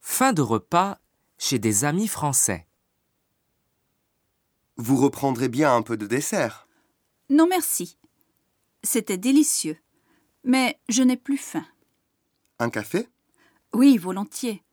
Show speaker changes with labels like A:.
A: Fin de repas chez des amis français.
B: Vous reprendrez bien un peu de dessert.
C: Non merci. C'était délicieux. Mais je n'ai plus faim.
B: Un café
C: Oui, volontiers.